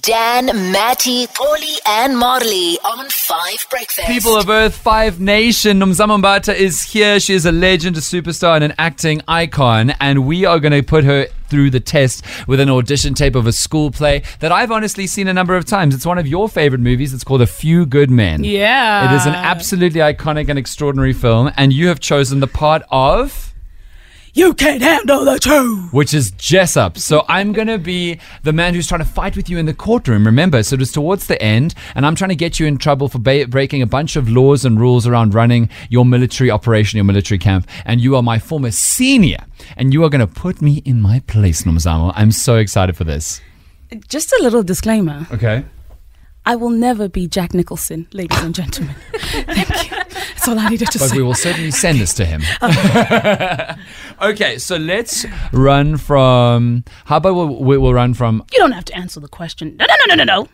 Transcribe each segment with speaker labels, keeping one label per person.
Speaker 1: Dan, Matty, Paulie, and Morley on Five Breakfast.
Speaker 2: People of Earth, Five Nation, Nomzamambata is here. She is a legend, a superstar, and an acting icon. And we are going to put her through the test with an audition tape of a school play that I've honestly seen a number of times. It's one of your favorite movies. It's called A Few Good Men.
Speaker 3: Yeah.
Speaker 2: It is an absolutely iconic and extraordinary film. And you have chosen the part of.
Speaker 3: You can't handle the truth.
Speaker 2: which is Jessup. So I'm going to be the man who's trying to fight with you in the courtroom, remember? So it was towards the end, and I'm trying to get you in trouble for ba- breaking a bunch of laws and rules around running your military operation, your military camp. And you are my former senior, and you are going to put me in my place, Nomzamo. I'm so excited for this.
Speaker 3: Just a little disclaimer.
Speaker 2: Okay.
Speaker 3: I will never be Jack Nicholson, ladies and gentlemen. Thank you. That's all I needed to
Speaker 2: But
Speaker 3: say.
Speaker 2: we will certainly send this to him. okay, so let's run from. How about we'll, we'll run from.
Speaker 3: You don't have to answer the question. No, no, no, no, no, no.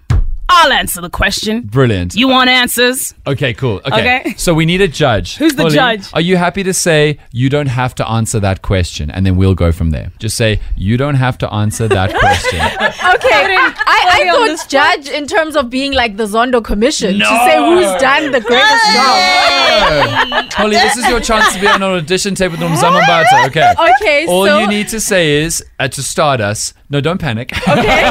Speaker 3: I'll answer the question.
Speaker 2: Brilliant.
Speaker 3: You want answers?
Speaker 2: Okay, cool. Okay.
Speaker 3: Okay.
Speaker 2: So we need a judge.
Speaker 3: Who's the
Speaker 2: Ollie,
Speaker 3: judge?
Speaker 2: Are you happy to say you don't have to answer that question and then we'll go from there? Just say you don't have to answer that question.
Speaker 4: Okay, I, I, thought judge in terms of being like the Zondo Commission
Speaker 2: No.
Speaker 4: to say who's done the greatest job.
Speaker 2: Holly, this is your chance to be on an audition tape with Nomzamambata. Okay.
Speaker 4: Okay,
Speaker 2: All
Speaker 4: so
Speaker 2: you need to say is uh, to start us. No, don't panic. Okay.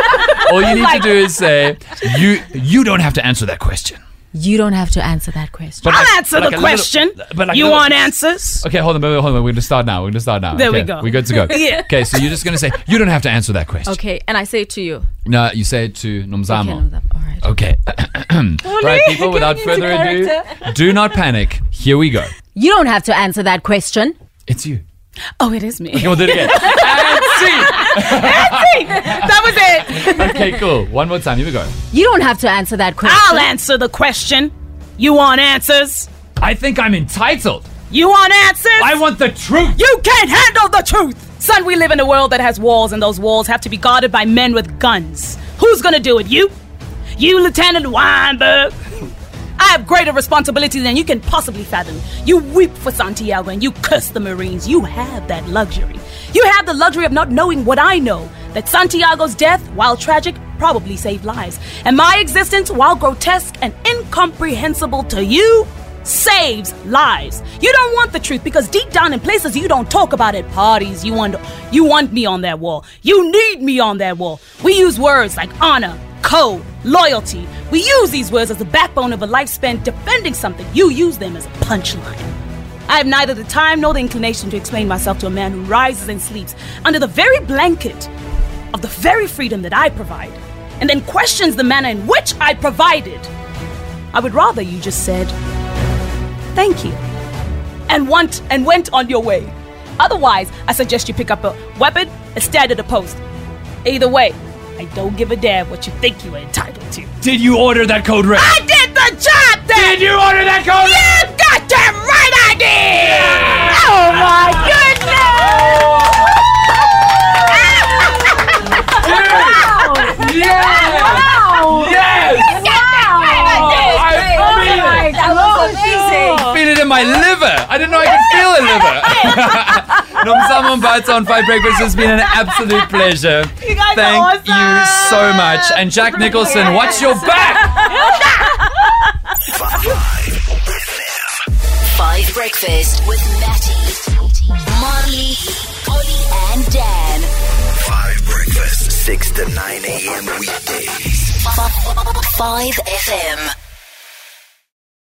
Speaker 2: All you need to do is say you you don't have to answer that question.
Speaker 4: you don't have to answer that question.
Speaker 2: But
Speaker 3: I'll
Speaker 2: like-
Speaker 3: answer
Speaker 2: like
Speaker 3: the
Speaker 2: a little-
Speaker 3: question.
Speaker 2: but like a
Speaker 3: you
Speaker 2: little-
Speaker 3: want answers?
Speaker 2: Okay, hold on, hold on, hold on. We're gonna start now. We're gonna start now.
Speaker 3: There we
Speaker 2: Okay,
Speaker 3: go.
Speaker 2: We're good to go.
Speaker 3: Yeah.
Speaker 2: Okay, so you're just gonna say you don't have to answer that question.
Speaker 4: Okay, and I say it to you.
Speaker 2: No, you say it to Nomzamo.
Speaker 4: all right.
Speaker 2: Okay. right, people, without further ado, do not panic. Here we go.
Speaker 4: You don't have to answer that question.
Speaker 2: It's you.
Speaker 3: Oh, it is me.
Speaker 2: We'll do it again. and
Speaker 3: that was it.
Speaker 2: see. Okay, cool. One more time. Here we go.
Speaker 4: You don't have to answer that question.
Speaker 3: I'll answer the question. You want answers?
Speaker 2: I think I'm entitled.
Speaker 3: You want answers?
Speaker 2: I want the truth.
Speaker 3: You can't handle the truth! Son, we live in a world that has walls, and those walls have to be guarded by men with guns. Who's gonna do it? You? You, Lieutenant Weinberg? I have greater responsibilities than you can possibly fathom. You weep for Santiago and you curse the Marines. You have that luxury. You have the luxury of not knowing what I know that Santiago's death, while tragic, probably saved lives. And my existence, while grotesque and incomprehensible to you, saves lives. You don't want the truth because deep down in places you don't talk about it, parties, you want you want me on that wall. You need me on that wall. We use words like honor, code, loyalty. We use these words as the backbone of a lifespan defending something. You use them as a punchline. I have neither the time nor the inclination to explain myself to a man who rises and sleeps under the very blanket of the very freedom that I provide, and then questions the manner in which I provided. I would rather you just said, thank you and want and went on your way otherwise i suggest you pick up a weapon and stand at a post either way i don't give a damn what you think you are entitled to
Speaker 2: Did you order that code red?
Speaker 3: i did the job then
Speaker 2: Did you order that code red?
Speaker 3: you got that right i did oh my goodness
Speaker 2: Yes! I feel it.
Speaker 4: that was amazing.
Speaker 2: I feel it in my liver. I didn't know I could feel a liver. Nomsamon Bites on Five Breakfast has been an absolute pleasure.
Speaker 3: You guys are
Speaker 2: Thank you so
Speaker 3: awesome.
Speaker 2: much. And Jack Nicholson, watch your back.
Speaker 1: Five Breakfast with Matty, Marley, Paulie, and Dan.
Speaker 5: Five breakfast, 6 to 9 a.m. weekdays.
Speaker 1: Five FM.